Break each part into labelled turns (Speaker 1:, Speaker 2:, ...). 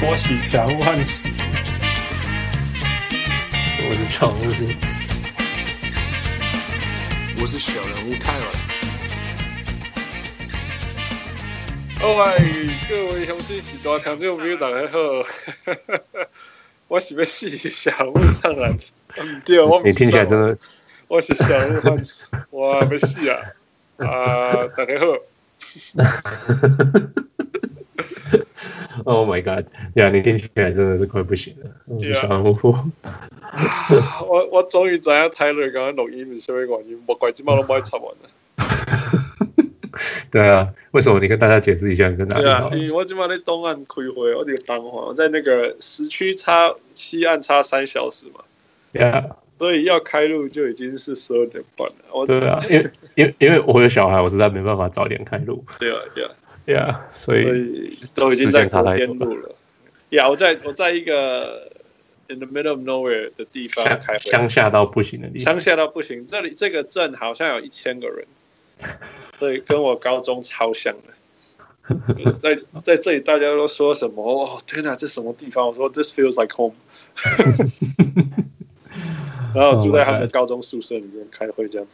Speaker 1: 波喜祥万喜。
Speaker 2: 我是常务兵，
Speaker 3: 我是小人物泰文。各位各位雄心是大听众朋友大家好， 我是要试小物上来，唔对，我
Speaker 2: 你听起来真的，
Speaker 3: 我是小物幻喜，哇，要死 啊！啊，大家好，
Speaker 2: Oh my God！呀、你听起来真的是快不行了。我是小人物，
Speaker 3: 我我终于知影泰瑞讲录音是啥物原因，莫怪即马都冇插完啦。
Speaker 2: 对啊，为什么你跟大家解释一下你跟哪里
Speaker 3: 对啊
Speaker 2: 好，
Speaker 3: 因？为我即马咧东岸开会，我伫东岸，我在那个时区差西岸差三小时嘛。
Speaker 2: 呀，
Speaker 3: 所以要开路就已经是十二点半了。我
Speaker 2: 对啊，因为因为因为我有小孩，我实在没办法早点开路。
Speaker 3: 对啊，对啊，
Speaker 2: 呀，所
Speaker 3: 所
Speaker 2: 以
Speaker 3: 以都已经在
Speaker 2: 时间差
Speaker 3: 昨
Speaker 2: 太多
Speaker 3: 天路了。呀，我在我在一个 in the middle of nowhere 的地方
Speaker 2: 乡
Speaker 3: 开会，
Speaker 2: 乡下到不行的地方
Speaker 3: 乡，下到不行。这里这个镇好像有一千个人， 对，跟我高中超像的。在在这里，大家都说什么？哦，天哪，这什么地方？我说 This feels like home 。然后
Speaker 2: 哦
Speaker 3: 住在他们
Speaker 2: Oh
Speaker 3: 的高中宿舍里面开会这样，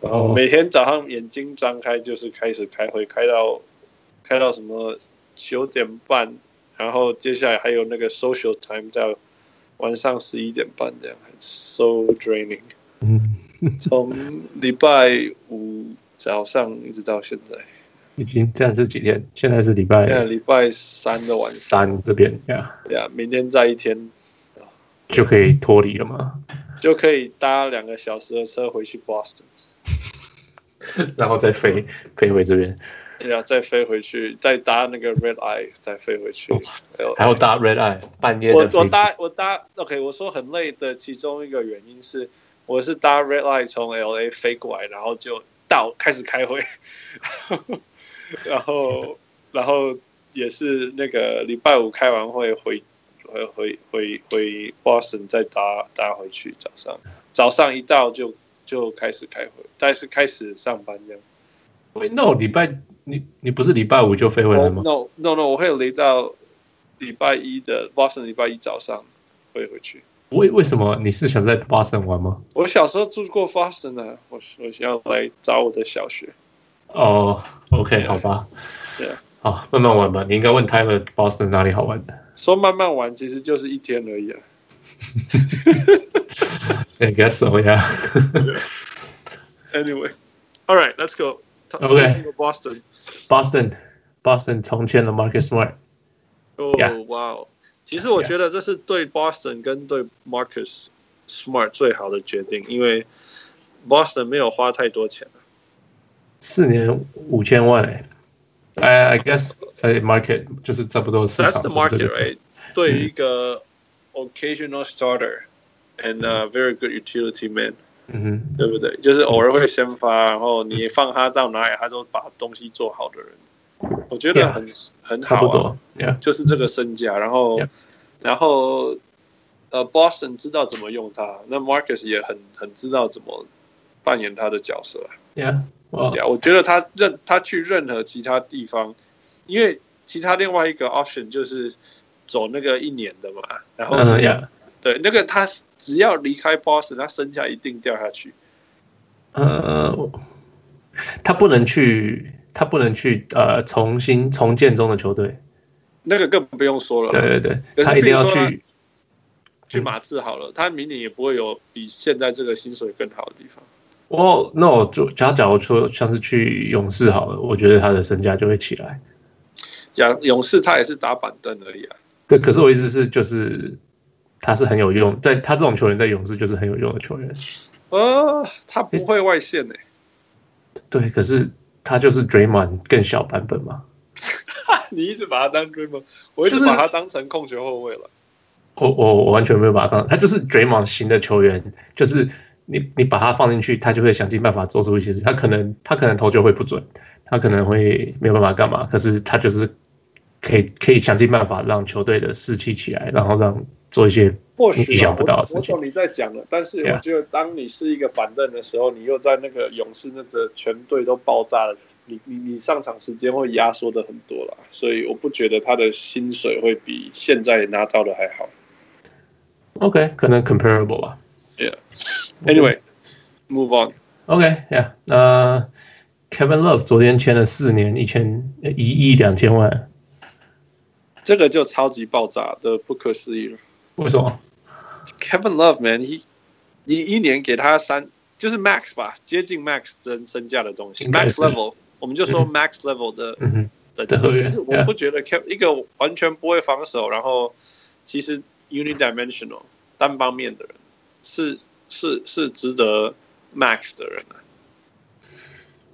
Speaker 3: 然后每天早上眼睛张开就是开始开会，开到开到什么九点半，然后接下来还有那个 social time 到晚上十一点半这样，so draining。
Speaker 2: 嗯，
Speaker 3: 从礼拜五早上一直到现在，
Speaker 2: 已经这样是几天？现在是礼
Speaker 3: 现在
Speaker 2: 拜
Speaker 3: 礼拜三的晚上
Speaker 2: 三这边呀，
Speaker 3: 呀，明天再一天
Speaker 2: 就可以脱离了嘛，
Speaker 3: 就可以搭两个小时的车回去 Boston，
Speaker 2: 然后再飞飞回这边，
Speaker 3: 呀，再飞回去，再搭那个 Red Eye，再飞回去。
Speaker 2: 哦
Speaker 3: 呃
Speaker 2: 还要搭 red eye 半夜
Speaker 3: 我
Speaker 2: 的飞
Speaker 3: 我
Speaker 2: 机
Speaker 3: 搭我搭 OK，我说很累的其中一个原因是，我是搭 Red Line 从 LA 飞过来，然后就到开始开会，然后然后也是那个礼拜五开完会回回回回回 Boston 再搭搭回去，早上早上一到就就开始开会，但是开始上班这样。
Speaker 2: 喂，no，礼拜你你不是礼拜五就飞回来
Speaker 3: 我
Speaker 2: 吗？
Speaker 3: 哦 no no no，我会离到礼拜一的 Boston 礼拜一早上会回去。
Speaker 2: 为为什么你是想在 Boston 玩吗？
Speaker 3: 我小时候住过 Boston 啊，我我想要来找我的小学。
Speaker 2: 哦、o k 好吧，
Speaker 3: 对啊，
Speaker 2: 好，慢慢玩吧。你应该问 Tyler Boston 哪里好玩的，
Speaker 3: 说慢慢玩，其实就是一天而已啊。
Speaker 2: 对，给他搜一下。
Speaker 3: Anyway, all right, let's go.
Speaker 2: Okay.
Speaker 3: Speaking of Boston,
Speaker 2: Boston，Boston 重签了 Marcus Smart，
Speaker 3: oh
Speaker 2: Yeah.
Speaker 3: wow！其实我觉得这是对 Boston 跟对 Marcus Smart 最好的决定，因为 Boston 没有花太多钱。
Speaker 2: 四年五千万、欸。I I guess 在 market 就是差不多市场。
Speaker 3: That's the
Speaker 2: 对
Speaker 3: market,
Speaker 2: 不对
Speaker 3: right? 对于一个
Speaker 2: Mm-hmm.
Speaker 3: occasional starter and a very good utility man.
Speaker 2: 嗯哼，
Speaker 3: 对不对？就是偶尔会先发，然后你放他到哪里，他都把东西做好的人，我觉得
Speaker 2: Yeah，
Speaker 3: 很很
Speaker 2: 差不
Speaker 3: 好啊，
Speaker 2: 多。Yeah，
Speaker 3: 就是这个身价。然后
Speaker 2: Yeah
Speaker 3: 然后呃，Boston 知道怎么用他，那 Marcus 也很很知道怎么扮演他的角色啊。
Speaker 2: yeah，哇、
Speaker 3: 对啊，我觉得他任他去任何其他地方，因为其他另外一个 option 就是走那个一年的嘛，然后
Speaker 2: 嗯，Yeah，
Speaker 3: 对那个他只要离开 Boston，他身价一定掉下去。
Speaker 2: 呃，他不能去，他不能去呃重新重建中的球队。
Speaker 3: 那个更不用说了，
Speaker 2: 对对对，
Speaker 3: 可是
Speaker 2: 他一定要
Speaker 3: 比如说
Speaker 2: 去。
Speaker 3: 去马刺好了，他明年也不会有比现在这个薪水更好的地方。
Speaker 2: 哦，那我就假假如说像是去勇士好了，我觉得他的身价就会起来。
Speaker 3: 讲勇士他也是打板凳而已啊，
Speaker 2: 可可是我意思是，就是他是很有用，在他这种球员在勇士就是很有用的球员。
Speaker 3: 呃，他不会外线欸呢、
Speaker 2: 对，可是他就是 Draymond 更小版本嘛。
Speaker 3: 你一直把他当 dreamer，我一直
Speaker 2: 就是
Speaker 3: 把他当成控球后卫了。
Speaker 2: 我我我完全没有把他当，他就是 Draymond 型的球员，就是你你把他放进去，他就会想尽办法做出一些事。他可能他可能投球会不准，他可能会没有办法干嘛，可是他就是可以可以想尽办法让球队的士气起来，然后让做一些
Speaker 3: 或许啊
Speaker 2: 意想不到的
Speaker 3: 我，我
Speaker 2: 事情
Speaker 3: 懂你在讲了，但是
Speaker 2: Yeah
Speaker 3: 我觉得当你是一个板凳的时候，你又在那个勇士那个全队都爆炸的你你你上场时间会压缩的很多啦，所以我不觉得他的薪水会比现在拿到的还好。
Speaker 2: OK，可能 comparable 吧。
Speaker 3: Anyway，move on。
Speaker 2: OK，Yeah，、那 Kevin Love 昨天签了四年一千一亿两千万，
Speaker 3: 这个就超级爆炸的不可思议了。
Speaker 2: 为什么？
Speaker 3: Kevin Love man，he 你一年给他三就是 max 吧，接近 max 身身价的东西
Speaker 2: 应该
Speaker 3: ，max
Speaker 2: 是
Speaker 3: level，我们就说
Speaker 2: 嗯
Speaker 3: max level 的
Speaker 2: 嗯哼，
Speaker 3: 等
Speaker 2: 的
Speaker 3: 级。
Speaker 2: 合约
Speaker 3: 可是我
Speaker 2: yeah
Speaker 3: 不觉得 Kev 一个完全不会防守，然后其实 unidimensional 单方面的人是是是值得 max 的人啊，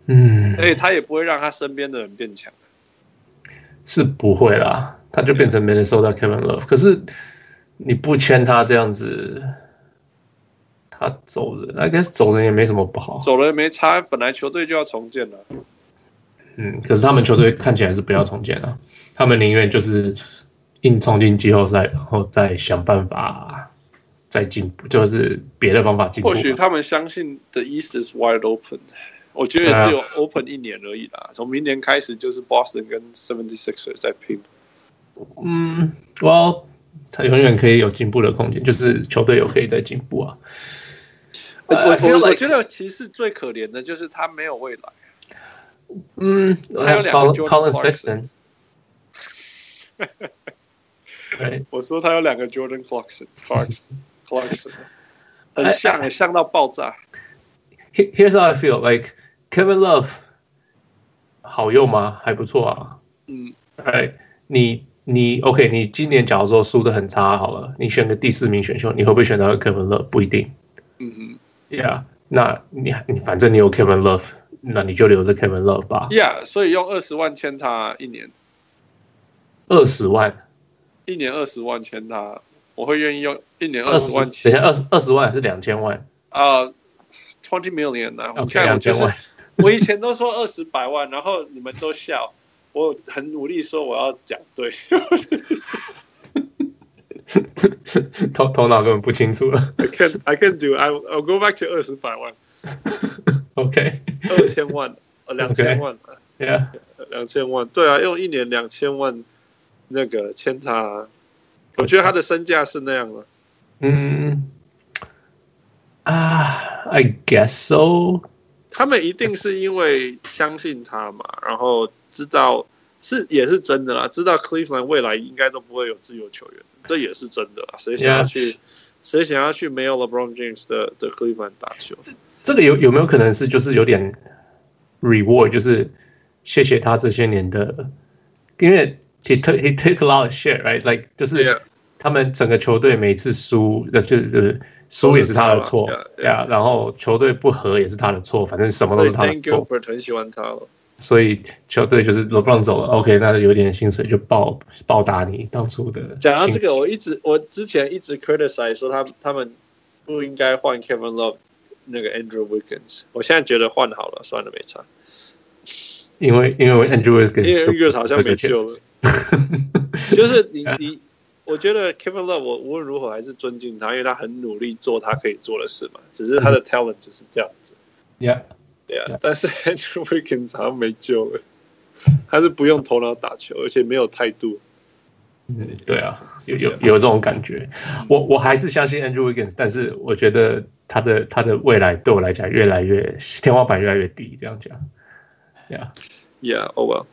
Speaker 2: 嗯，
Speaker 3: 所以他也不会让他身边的人变强。
Speaker 2: 是不会啦，他就变
Speaker 3: 嗯
Speaker 2: 成 Minnesota Kevin Love。可是你不签他这样子，他走人，I guess 走人也没什么不好。
Speaker 3: 走了也没差，本来球队就要重建了。
Speaker 2: 嗯，可是他们球队看起来是不要重建了，他们宁愿就是硬冲进季后赛，然后再想办法再进步，就是别的方法进步吧。
Speaker 3: 或许他们相信 The East is wide open，我觉得只有 open 一年而已啦。从明年开始就是 Boston 跟 Seventy Sixers 在拼。
Speaker 2: 嗯，Well，他永远可以有进步的空间，就是球队有可以再进步啊。
Speaker 3: 我
Speaker 2: 呃 I- I
Speaker 3: 我
Speaker 2: feel
Speaker 3: 我
Speaker 2: like-
Speaker 3: 我觉得骑士最可怜的就是他没有未来。
Speaker 2: 嗯，
Speaker 3: 还有两个
Speaker 2: Colin-
Speaker 3: Jordan
Speaker 2: Colin Sexton。对，
Speaker 3: 我说他有两个 Jordan Clarkson Clarkson Clarkson，很像，很像到爆炸。
Speaker 2: Here- Here's how I feel. Like Kevin Love 好用吗？还不错啊。
Speaker 3: 嗯，
Speaker 2: 哎，你你 OK？你今年假如说输的很差好了，你选个第四名选秀，你会不会选到 Kevin Love？不一定。
Speaker 3: 嗯
Speaker 2: Yeah，那你你反正你有 Kevin Love，那你就留着 Kevin Love 吧
Speaker 3: 哼。，Yeah，所以用二十万签他一年，
Speaker 2: 二十万，
Speaker 3: 一年二十万签他，我会愿意用一年
Speaker 2: 二
Speaker 3: 二
Speaker 2: 十
Speaker 3: 十
Speaker 2: 万，
Speaker 3: 万
Speaker 2: 等一
Speaker 3: 签
Speaker 2: 下二十二十万还是两千万
Speaker 3: 啊，twenty million 呢、啊？我
Speaker 2: ？OK，
Speaker 3: 看我
Speaker 2: 两
Speaker 3: 就
Speaker 2: 千
Speaker 3: 是
Speaker 2: 万。
Speaker 3: 我以前都说二十百万，然后你们都笑，我很努力说我要讲对，
Speaker 2: 头头脑根本不清楚了。
Speaker 3: I can I can do I I'll go back to 二十百万，
Speaker 2: OK，Yeah，、
Speaker 3: 二千万，呃两千万，两千万，对啊，用一年两千万那个签他，啊我觉得他的身价是那样的。
Speaker 2: 嗯，啊，I guess so。
Speaker 3: 他们一定是因为相信他嘛，然后知道是也是真的啦，知道 Cleveland 未来应该都不会有自由球员，这也是真的啦。谁想要
Speaker 2: Yeah.
Speaker 3: 去谁想要去没有 LeBron James 的的 Cleveland 打球？
Speaker 2: 这个有有没有可能是就是有点 reward，就是谢谢他这些年的，因为 he took he took a lot of shit right，like 就是他们整个球队每次输，呃就就是输也是他的错
Speaker 3: 都是他
Speaker 2: 呀，然后球队不和也是他的错，反正什么都
Speaker 3: 所以
Speaker 2: 是他的
Speaker 3: Dan
Speaker 2: 错，
Speaker 3: Gilbert 很喜欢他了。
Speaker 2: 所以球队就是 LeBron 走了，OK，那有点薪水就报报答你当初的。
Speaker 3: 讲到这，个，我一直我之前一直 criticize 说他他们不应该换 Kevin Love 那个 Andrew Wiggins，我现在觉得换好了，算了，没差，
Speaker 2: 因为因为 Andrew
Speaker 3: 因为
Speaker 2: Wiggins
Speaker 3: Wiggins 好像没救了。 就是你你，我觉得 Kevin Love 我无论如何还是尊敬他，因为他很努力做他可以做的事嘛，只是他的 talent 就是这样子，
Speaker 2: 嗯，Yeah，
Speaker 3: 对啊
Speaker 2: 对。
Speaker 3: 但是 Andrew Wiggins 好像没救了，他是不用头脑打球，而且没有态度。
Speaker 2: 嗯，对啊，有有有这种感觉。我我还是相信 Andrew Wiggins，但是我觉得他的他的未来对我来讲越来越天花板越来越低，这样讲。
Speaker 3: Yeah, oh well.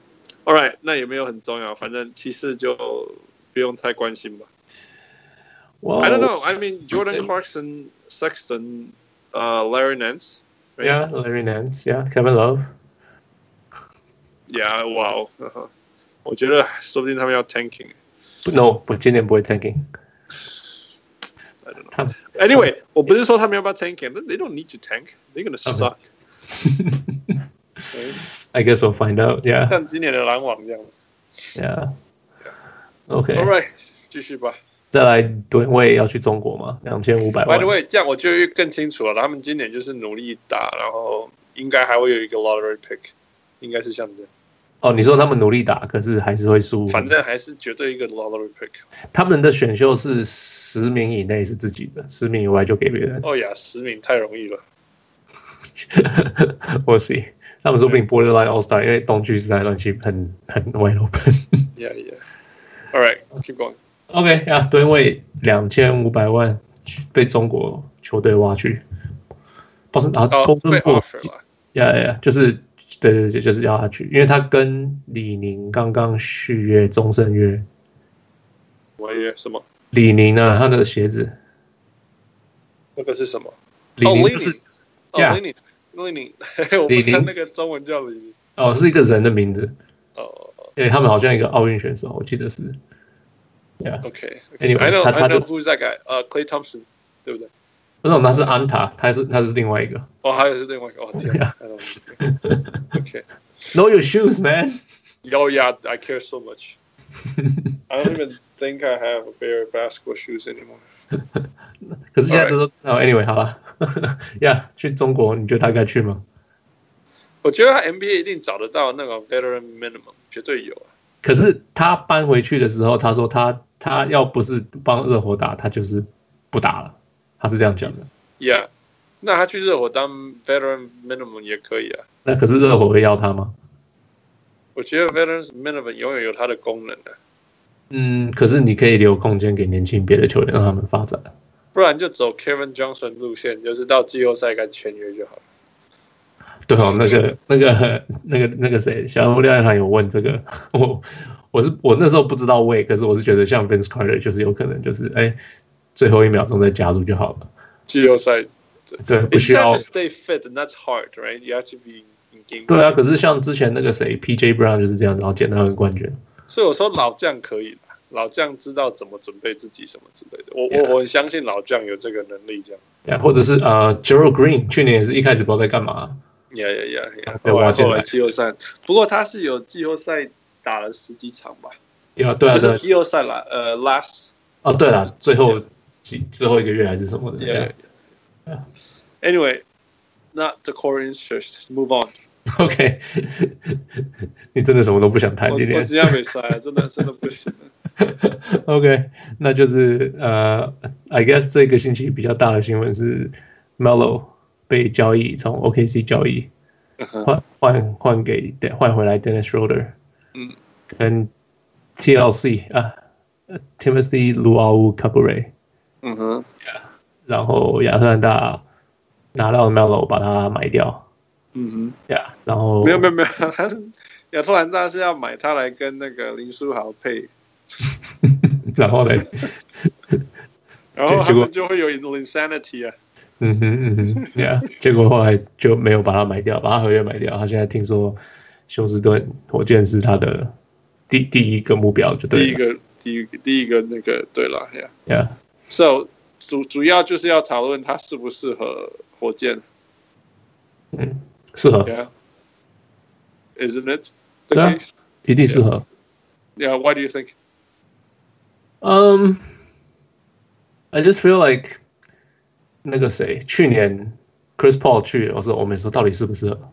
Speaker 3: All right，那也没有很重要，反正骑士就不用太关心吧。
Speaker 2: 我
Speaker 3: I don't know. I mean, Jordan Clarkson, Sexton, uh, Larry Nance. right?
Speaker 2: Yeah, Larry Nance, yeah, Kevin Love.
Speaker 3: Yeah. Wow. 我觉得说不定他们要 tanking。
Speaker 2: 不 No，不，今年不会 tanking。
Speaker 3: I don't know.
Speaker 2: 他们
Speaker 3: Anyway，我不是说他们要不要 tanking. but They don't need to tank. They're gonna suck. right?
Speaker 2: I guess we'll find out. Yeah,
Speaker 3: 像今年的篮网这样子。
Speaker 2: yeah. OK，
Speaker 3: All right，继续吧。
Speaker 2: 再来吨位要去中国嘛？两千五百
Speaker 3: By
Speaker 2: 万
Speaker 3: the。way，这样我就更清楚了。他们今年就是努力打，然后应该还会有一个 lottery pick，应该是像这样。
Speaker 2: 哦，你说他们努力打，可是还是会输。
Speaker 3: 反正还是绝对一个 lottery pick。
Speaker 2: 他们的选秀是十名以内是自己的，十名以外就给别人。
Speaker 3: 哦呀，十名太容易了。
Speaker 2: we'll see. 他们说不定 borderline all star，因为东区实在乱七很很 wide open。
Speaker 3: Yeah, yeah. All right, keep going.
Speaker 2: OK 啊，对，因为两千五百万被中国球队挖去，不是，然后
Speaker 3: 哦
Speaker 2: 公，正
Speaker 3: 被
Speaker 2: 部
Speaker 3: offer 了。
Speaker 2: 呀呀，就是对对对，就是要他去，因为他跟李宁刚刚续约终身约。
Speaker 3: 我也什么？
Speaker 2: 李宁啊，他的鞋子，
Speaker 3: 那个是什么？
Speaker 2: 李
Speaker 3: 哦，
Speaker 2: 宁
Speaker 3: 李
Speaker 2: 就是
Speaker 3: 宁。哦，
Speaker 2: Yeah
Speaker 3: 李宁，李宁。 我不
Speaker 2: 李
Speaker 3: 知道
Speaker 2: 宁
Speaker 3: 那个中文叫李宁。
Speaker 2: 哦是一个人的名字，
Speaker 3: 哦哦
Speaker 2: 对他们好像一个奥运选手，我记得是。呀，
Speaker 3: ，OK。
Speaker 2: Anyway，
Speaker 3: I know,
Speaker 2: 他
Speaker 3: I
Speaker 2: 他就
Speaker 3: know who's that guy. 呃，Clay Thompson，对不对？
Speaker 2: 不是，他是安塔，他是他是另外一个。
Speaker 3: 哦，还有是另外一个。哦，天啊 I don't know. OK.
Speaker 2: Know your shoes, man.
Speaker 3: Yo, yeah, I care so much. I don't even think I have a pair of basketball shoes anymore.
Speaker 2: 可是现在都说哦，anyway，好吧。 呀，去中国，你觉得他该去吗？
Speaker 3: 我觉得他 NBA 一定找得到那个 veteran minimum，绝对有啊。
Speaker 2: 可是他搬回去的时候，他说他他要不是帮热火打，他就是不打了。他是这样讲的。
Speaker 3: Yeah，那他去热火当 veteran minimum 也可以啊。
Speaker 2: 那可是热火会要他吗？
Speaker 3: 我觉得 veteran minimum 永远有它的功能啊的、
Speaker 2: 嗯，可是你可以留空间给年轻别的球员，让他们发展。
Speaker 3: 不然就走 Kevin Johnson 路线，就是到季后赛该签约就好了。
Speaker 2: 对哦，那个、那个、那个、那个谁，小吴廖彦涵有问这个， 我我是我那时候不知道位，可是我是觉得像 Vince Carter 就是有可能就是哎，最后一秒钟再加入就好了，
Speaker 3: 季后赛
Speaker 2: 对，不
Speaker 3: ，it's
Speaker 2: 需要
Speaker 3: not to。stay fit and that's hard, right? You have to be in game.
Speaker 2: 对啊，可是像之前那个谁 PJ Brown 就是这样，然后捡到一个冠军。
Speaker 3: 所以我说老将可以啦，老将知道怎么准备自己什么之类的。我
Speaker 2: Yeah.
Speaker 3: 我我很相信老将有这个能力这样。
Speaker 2: 对啊，或者是呃，Gerald Green 去年也是一开始不知道在干嘛，
Speaker 3: 呀呀呀！
Speaker 2: 被
Speaker 3: 后来
Speaker 2: 挖进来
Speaker 3: 后来季后赛，不过他是有季后赛打了十几场吧？
Speaker 2: 对啊，对啊，
Speaker 3: 不
Speaker 2: 对啊
Speaker 3: 是，季后赛啦，呃，last
Speaker 2: 哦，对了，最后几最后一个月还是什么的
Speaker 3: yeah,
Speaker 2: 对啊
Speaker 3: Anyway, not the core interest. Move on.
Speaker 2: OK，你真的什么都不想谈
Speaker 3: 我我
Speaker 2: 啊今天
Speaker 3: 今。天没塞，啊 真的真的不行了。
Speaker 2: OK，那就是呃，I guess 这个星期比较大的新闻是 Melo 被交易，从 OKC 交易
Speaker 3: 嗯哼
Speaker 2: 换换换给换回来 Dennis Schroeder，
Speaker 3: 嗯，
Speaker 2: 跟 TLC 啊呃，Timothy Luau Cabaret，
Speaker 3: 嗯哼，
Speaker 2: 然后亚特兰大拿到 Melo 把它买掉，
Speaker 3: 嗯
Speaker 2: 呀、yeah,，然后
Speaker 3: 哼，没有没有没有， 他是亚特兰大是要买他来跟那个林书豪配，
Speaker 2: 然后嘞，
Speaker 3: 然后他
Speaker 2: 结果
Speaker 3: 们就会有 insanity 啊。
Speaker 2: 嗯哼嗯哼，Yeah，结 果后来就没有把它买掉，把它合约买掉。他现在听说休斯顿火箭是他的第第一个目标，就
Speaker 3: 第
Speaker 2: 对
Speaker 3: 一
Speaker 2: 了。
Speaker 3: 个第一个第一个那个对了，Yeah。
Speaker 2: Yeah，
Speaker 3: So 主主要就是要讨论他适不适合火箭
Speaker 2: 嗯，适合，
Speaker 3: ，Yeah，isn't it the
Speaker 2: 对啊
Speaker 3: case?
Speaker 2: 一定适合。
Speaker 3: Yeah, why do you think?
Speaker 2: 嗯、i just feel like 那个谁，去年 Chris Paul 去，我说我们说到底适不适合，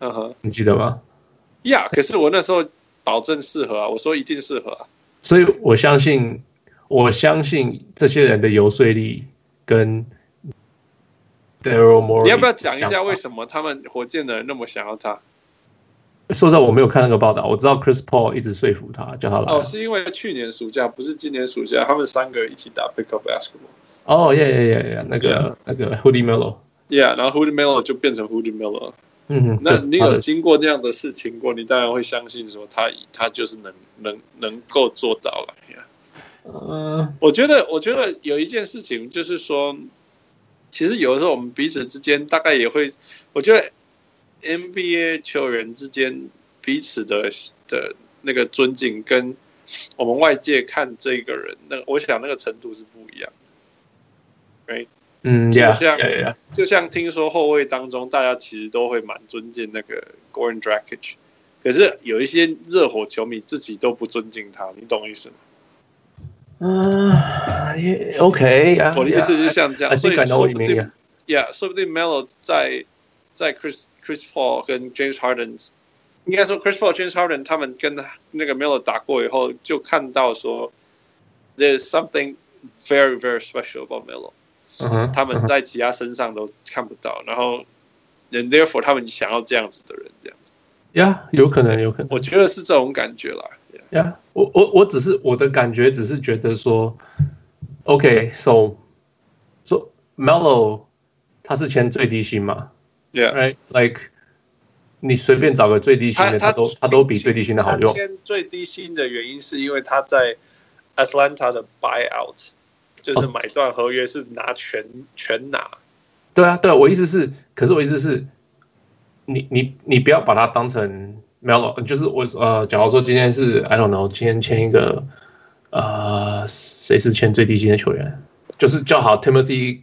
Speaker 3: 嗯哼
Speaker 2: 你记得吗？
Speaker 3: ，Yeah，可是我那时候保证适合啊，我说一定适合啊。
Speaker 2: 所以我相信，我相信这些人的游说力跟 Daryl Morey，
Speaker 3: 你要不要讲一下为
Speaker 2: 么？
Speaker 3: 什么他们火箭的人那么想要他？
Speaker 2: 说实在，我没有看那个报道，我知道 Chris Paul 一直说服他，叫他来。
Speaker 3: 哦，是因为去年暑假，不是今年暑假，他们三个一起打 pickup basketball。
Speaker 2: 哦，耶耶耶耶，那个那个 Hoodie Melo，
Speaker 3: Yeah，然后 Hoodie Miller 就变成 Hoodie Miller。
Speaker 2: 嗯，
Speaker 3: 那
Speaker 2: 对
Speaker 3: 你
Speaker 2: 他
Speaker 3: 有
Speaker 2: 的
Speaker 3: 经过那样的事情过，你当然会相信说他他就是能能能够做到了。Yeah
Speaker 2: 呃，
Speaker 3: 我觉得，我觉得有一件事情就是说，其实有的时候我们彼此之间大概也会，我觉得 NBA 球员之间彼此的的那个尊敬，跟我们外界看这个人，那个我想那个程度是不一样。
Speaker 2: 嗯，Yeah
Speaker 3: 像
Speaker 2: Yeah Yeah，
Speaker 3: 就像听说后卫当中，大家其实都会蛮尊敬那个 Goran Dragic，可是有一些热火球迷自己都不尊敬他，你懂我意思吗？
Speaker 2: 嗯，也 OK 啊。
Speaker 3: 我的意思就是像这
Speaker 2: I
Speaker 3: 样，所
Speaker 2: think
Speaker 3: 以
Speaker 2: I know
Speaker 3: 说
Speaker 2: what
Speaker 3: 不
Speaker 2: you
Speaker 3: 定
Speaker 2: mean.
Speaker 3: Yeah，说不定 Melo 在在 Chris Chris Paul 跟 James Harden，应该说 Chris Paul、James Harden 他们跟那个 Melo 打过以后，就看到说 There's something very very special about Melo，
Speaker 2: 嗯嗯哼，
Speaker 3: 他们在其他身上都看不到。然后，and therefore 他们想要这样子的人，这样子，
Speaker 2: 呀，有可能，有可能。
Speaker 3: 我觉得是这种感觉啦。Yeah.
Speaker 2: 呀、我我我只是我的感觉，只是觉得说，OK，so，so、Melo 他是签最低薪嘛
Speaker 3: Yeah，
Speaker 2: ，right？Like 你随便找个最低薪的，
Speaker 3: 他他
Speaker 2: 他都他都比最低薪的好
Speaker 3: 他
Speaker 2: 用。
Speaker 3: 签最低薪的原因是因为他在 Atlanta 的 buyout，就是
Speaker 2: 哦
Speaker 3: 买断合约是拿全全拿。
Speaker 2: 对啊，对啊，我意思是，可是我意思是，你你你不要把它当成 Melo，就是我呃，假如说今天是 I don't know，今天签一个呃，谁是签最低薪的球员，就是叫好 Timothy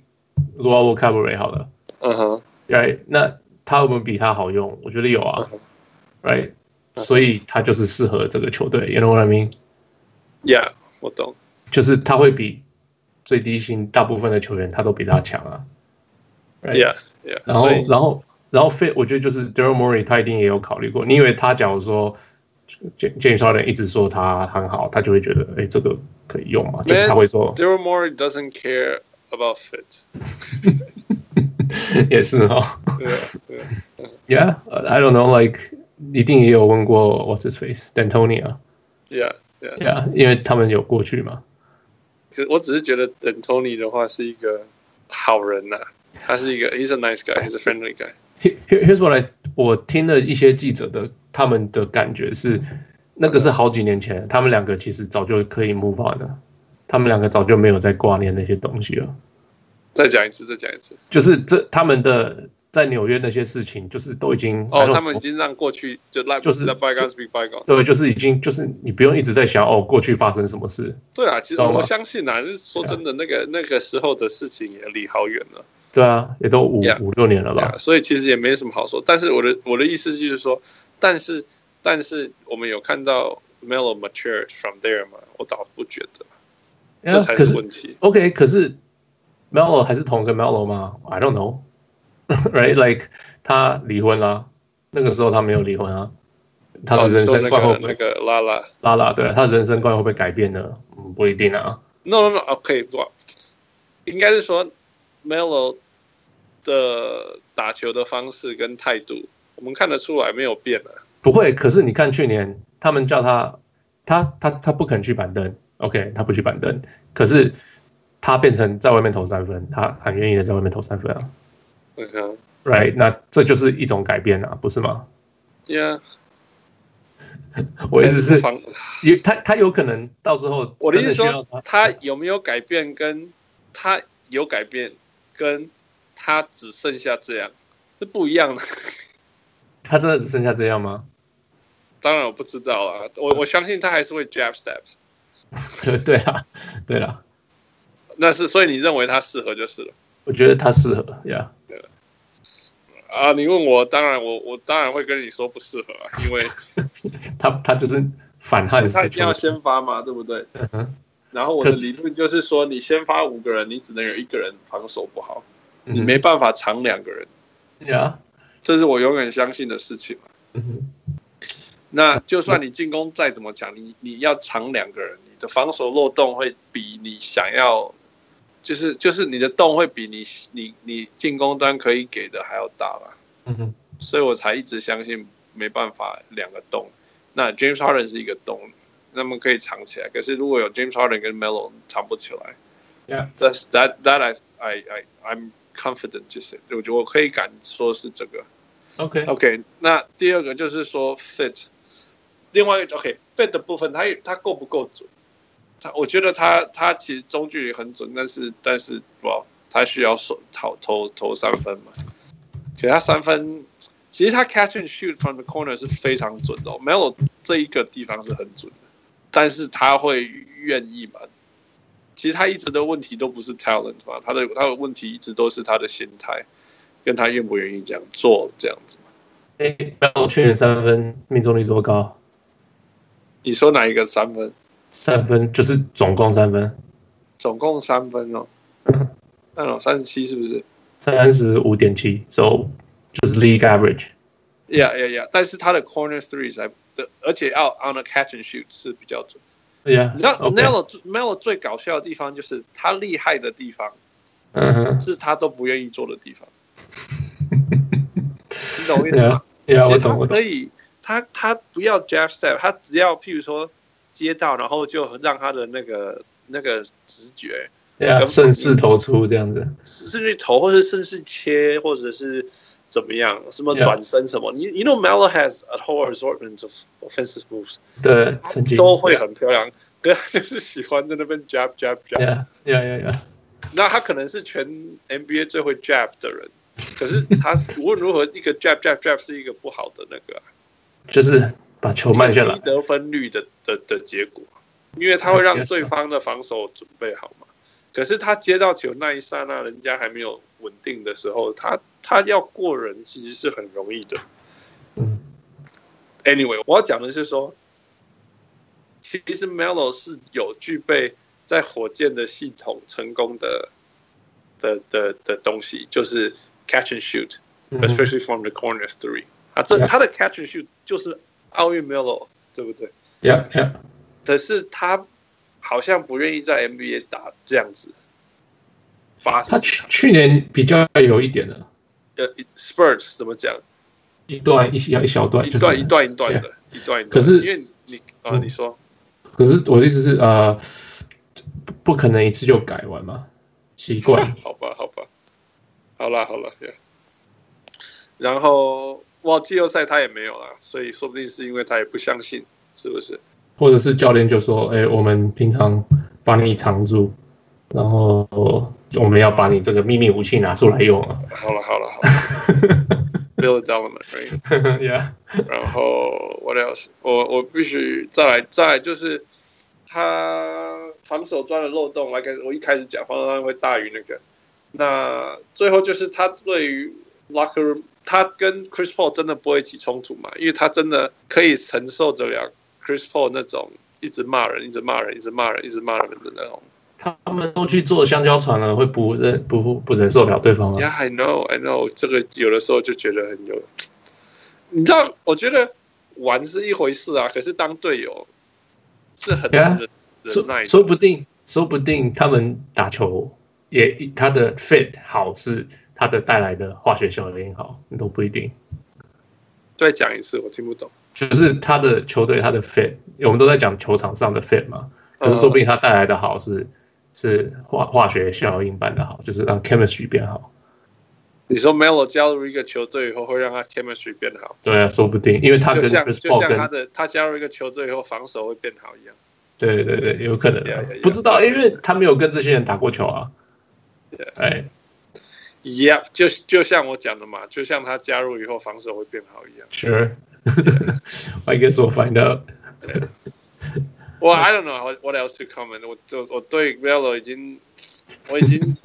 Speaker 2: l u a w o c a b r e 好了。
Speaker 3: 嗯哼，
Speaker 2: right？那他有没有比他好用？我觉得有啊
Speaker 3: 嗯
Speaker 2: ，right？
Speaker 3: 嗯
Speaker 2: 所以他就是适合这个球队，you know what I mean？
Speaker 3: ，Yeah，我懂。
Speaker 2: 就是他会比最低薪大部分的球员他都比他强啊。Right.
Speaker 3: Yeah，Yeah，
Speaker 2: 哎然后
Speaker 3: 所以，
Speaker 2: 然后，然后费，我觉得就是 d a r y l Murray 他一定也有考虑过，你以为他假如说 J- James Harden 一直说他很好，他就会觉得哎这个可以用嘛？就是他会说
Speaker 3: Daryl Morey doesn't care about fit
Speaker 2: 也是哦
Speaker 3: 对啊。对啊
Speaker 2: ，Yeah，I don't know，like 一定也有问过 What's his face，D'Antonia。
Speaker 3: Yeah，
Speaker 2: 呀，因为他们有过去嘛。
Speaker 3: 可我只是觉得等 Tony 的话是一个好人呐、他是一个，He's a nice guy，He's a friendly guy。
Speaker 2: Here- here- Here's what I 我听了一些记者的他们的感觉是，那个是好几年前，他们两个其实早就可以 move on 了，他们两个早就没有在挂念那些东西了。
Speaker 3: 再讲一次，再讲一次。
Speaker 2: 就是这他们的在纽约那些事情，就是都已经
Speaker 3: 哦，他们已经让过去就 let
Speaker 2: 哎就是
Speaker 3: let bygones be bygones。
Speaker 2: 对，就是已经就是你不用一直在想哦过去发生什么事，
Speaker 3: 对啊，其实
Speaker 2: 懂吗
Speaker 3: 我相信啊，就是说真的，那个那个时候的事情也离好远了，
Speaker 2: 对啊，也都五
Speaker 3: Yeah.
Speaker 2: 五六年了
Speaker 3: 对
Speaker 2: 吧
Speaker 3: 啊，所以其实也没什么好说。但是我的我的意思就是说，但是但是我们有看到 Melo mature from there 吗？我倒不觉得，
Speaker 2: Yeah，
Speaker 3: 这才
Speaker 2: 可
Speaker 3: 是
Speaker 2: 是
Speaker 3: 问题。
Speaker 2: OK，可是 Melo 还是同一个 Melo 吗？I don't know，right？Like 他离婚啦，那个时候他没有离婚啊，他的
Speaker 3: 哦，你
Speaker 2: 人
Speaker 3: 说
Speaker 2: 生
Speaker 3: 那
Speaker 2: 观会
Speaker 3: 个
Speaker 2: 不
Speaker 3: 那
Speaker 2: 会
Speaker 3: 个拉拉
Speaker 2: 拉拉对，他的人生观会不会改变呢？嗯，不一定啊。
Speaker 3: ，no no no，OK，、不，应该是说 Melo 的打球的方式跟态度，我们看得出来没有变啊。
Speaker 2: 不会，可是你看去年他们叫他，他他他不肯去板凳，OK，他不去板凳，可是他变成在外面投三分，他很愿意的在外面投三分啊
Speaker 3: 嗯哼
Speaker 2: ，right？那这就是一种改变啊，不是吗？
Speaker 3: ，Yeah，
Speaker 2: 我意思是，
Speaker 3: 哎防
Speaker 2: 有他他有可能到最后
Speaker 3: 我的
Speaker 2: 真
Speaker 3: 意
Speaker 2: 的
Speaker 3: 思
Speaker 2: 需要
Speaker 3: 说
Speaker 2: 他，
Speaker 3: 他有没有改变，跟他有改变，跟他只剩下这样，是不一样的。
Speaker 2: 他真的只剩下这样吗？
Speaker 3: 当然我不知道啊，我我相信他还是会 jab steps，
Speaker 2: 对对啦，对啦，
Speaker 3: 那是所以你认为他适合就是了
Speaker 2: 我觉得他适合呀。
Speaker 3: 啊。你问我，当然我我当然会跟你说不适合啊，因为
Speaker 2: Yeah, 他他就是反汉
Speaker 3: 他一
Speaker 2: 子
Speaker 3: 定要先发嘛， 对不对？
Speaker 2: 嗯哼
Speaker 3: 然后我的
Speaker 2: 可是
Speaker 3: 理论就是说，你先发五个人，你只能有一个人防守不好，你
Speaker 2: 嗯
Speaker 3: 没办法藏两个人，
Speaker 2: 呀，
Speaker 3: 这是我永远相信的事情。
Speaker 2: 嗯哼
Speaker 3: 那就算你进攻再怎么强，你你要藏两个人，你的防守漏洞会比你想要，就是就是你的洞会比你你你进攻端可以给的还要大吧。
Speaker 2: 嗯哼
Speaker 3: 所以我才一直相信没办法两个洞。那 James Harden 是一个洞，那么可以藏起来。可是如果有 James Harden 跟 Melo 藏不起来
Speaker 2: Yeah.
Speaker 3: that's that that I I I I'm confident 就是我觉得我可以敢说是这个。
Speaker 2: ，OK，
Speaker 3: OK，那第二个就是说 fit，另外一个 OK fit 的部分，它它够不够准？它我觉得它它其实中距离很准，但是但是哇，它需要手投投投三分嘛？其实他三分，其实他 catch and shoot from the corner 是非常准的、哦、，Melo 这一个地方是很准的，但是他会愿意嘛？其实他一直的问题都不是 talent 嘛，他的他的问题一直都是他的心态，跟他愿不愿意这样做这样子。
Speaker 2: 哎，那我去年三分命中率多高？
Speaker 3: 你说哪一个三分？
Speaker 2: 三分就是总共三分，
Speaker 3: 总共三分哦，那种三十七是不是
Speaker 2: 三十五点七，so 就是 league average。
Speaker 3: ？Yeah, yeah, yeah。但是他的 corner three 才的，而且要 on a catch and shoot 是比较准。
Speaker 2: Yeah，
Speaker 3: 你知道
Speaker 2: OK
Speaker 3: Melo 最 Melo 最搞笑的地方就是他厉害的地方
Speaker 2: 嗯哼
Speaker 3: 是他都不愿意做的地方。懂我意思
Speaker 2: 对
Speaker 3: 吗
Speaker 2: 啊？对啊，
Speaker 3: 其
Speaker 2: 我
Speaker 3: 实他
Speaker 2: 懂我懂。
Speaker 3: 可以，他他不要 jab step，他只要譬如说接到，然后就让他的那个那个直觉，
Speaker 2: 对啊，
Speaker 3: 跟
Speaker 2: 顺势投出这样子。
Speaker 3: 甚至投或者甚至切或者是怎么样，什么
Speaker 2: Yeah.
Speaker 3: 转身什么。You you know Melo has a whole assortment of offensive moves，
Speaker 2: 对，曾经。
Speaker 3: 都会很漂亮。可是他 就是喜欢在那边 jab jab jab，、
Speaker 2: Yeah, yeah, yeah, yeah.
Speaker 3: 那他可能是全 NBA 最会 jab 的人，可是他 无论如何一个 jab jab jab 是一个不好的那个啊、
Speaker 2: 就是把球慢下来
Speaker 3: 低。得分率的的的结果，因为他会 让对方的防守准备好嘛。可是他接到球那一刹那，人家还没有稳定的时候，他他要过人其实是很容易的。
Speaker 2: 嗯
Speaker 3: Anyway，我要讲的是说，其实 Melo 是有具备在火箭的系统成功的的的的东西，就是 catch and shoot。
Speaker 2: 嗯
Speaker 3: especially from the corner three 啊，这
Speaker 2: Yeah.
Speaker 3: 他的 catch and shoot 就是奥运 Melo，对不对？
Speaker 2: ，Yeah, yeah.
Speaker 3: 可是他好像不愿意在 NBA 打这样子。发
Speaker 2: 他
Speaker 3: 生
Speaker 2: 去去年比较有一点的，
Speaker 3: 呃 Spurs 怎么讲？
Speaker 2: 一段一小一小段，
Speaker 3: 一
Speaker 2: 啊就是
Speaker 3: 段一段一段的，一段一段的。
Speaker 2: 可是
Speaker 3: 因为你啊，
Speaker 2: 嗯
Speaker 3: 你说
Speaker 2: 可是我的意思是，呃，不不可能一次就改完嘛，习 惯
Speaker 3: 好吧，好吧，好啦，好啦。yeah 然后哇，季后赛他也没有啦，所以说不定是因为他也不相信，是不是？
Speaker 2: 或者是教练就说，哎、我们平常把你藏住，然后我们要把你这个秘密武器拿出来用 啊。
Speaker 3: 好了，好 了，好了，Bill Donovan，right？
Speaker 2: yeah,
Speaker 3: 然后 what else？我我必须再来再来就是他防守端的漏洞，来开我一开始讲防守端会大于那个，那最后就是他对于 locker room，他跟 Chris Paul 真的不会起冲突嘛？因为他真的可以承受得了 Chris Paul 那种一直骂人、一直骂人、一直骂人、一直骂人的那种。
Speaker 2: 他们都去做香蕉船了，会不忍不不忍受了对方啊。
Speaker 3: Yeah, I know, I know。这个有的时候就觉得很有，你知道，我觉得玩是一回事啊，可是当队友是很忍
Speaker 2: Yeah
Speaker 3: 忍
Speaker 2: 说
Speaker 3: 耐的。
Speaker 2: 说不定，说不定他们打球也他的 fit 好是他的带来的化学效应好，都不一定。
Speaker 3: 再讲一次，我听不懂。
Speaker 2: 就是他的球队他的 fit，我们都在讲球场上的 fit 嘛，
Speaker 3: 嗯
Speaker 2: 可是说不定他带来的好是、是化化学效应般的好，就是让 chemistry 变好。
Speaker 3: 你说 Melo 加入一个球队以后，会让他 chemistry 变好，
Speaker 2: 对啊，说不定，因为他跟
Speaker 3: 就像
Speaker 2: Chris
Speaker 3: 就
Speaker 2: Paul
Speaker 3: 像他
Speaker 2: 跟
Speaker 3: 的他加入一个球队以后，防守会变好一样。
Speaker 2: 对对对，有可能啊
Speaker 3: Yeah, yeah, yeah.
Speaker 2: 不知道，因为他没有跟这些人打过球啊。哎，
Speaker 3: Yeah，就就像我讲的嘛，就像他加入以后，防守会变好一样。
Speaker 2: Sure. I guess we'll find out.
Speaker 3: 我 I don't know what- what else to comment 我。我我对 Velo 已经，我已经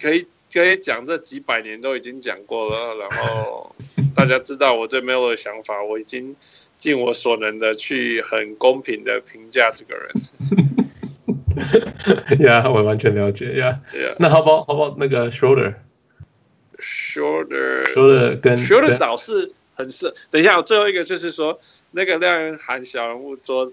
Speaker 3: 可以可以讲这几百年都已经讲过了，然后大家知道我对 Velo 的想法，我已经尽我所能的去很公平的评价这个人。
Speaker 2: Yeah，我完全了解。Yeah，
Speaker 3: Yeah,
Speaker 2: 那 How about How about 那个 Schroeder？Schroeder
Speaker 3: shorter
Speaker 2: 跟
Speaker 3: shorter
Speaker 2: 跟
Speaker 3: 岛是很适。等一下，最后一个就是说，那个廖元涵小人物说，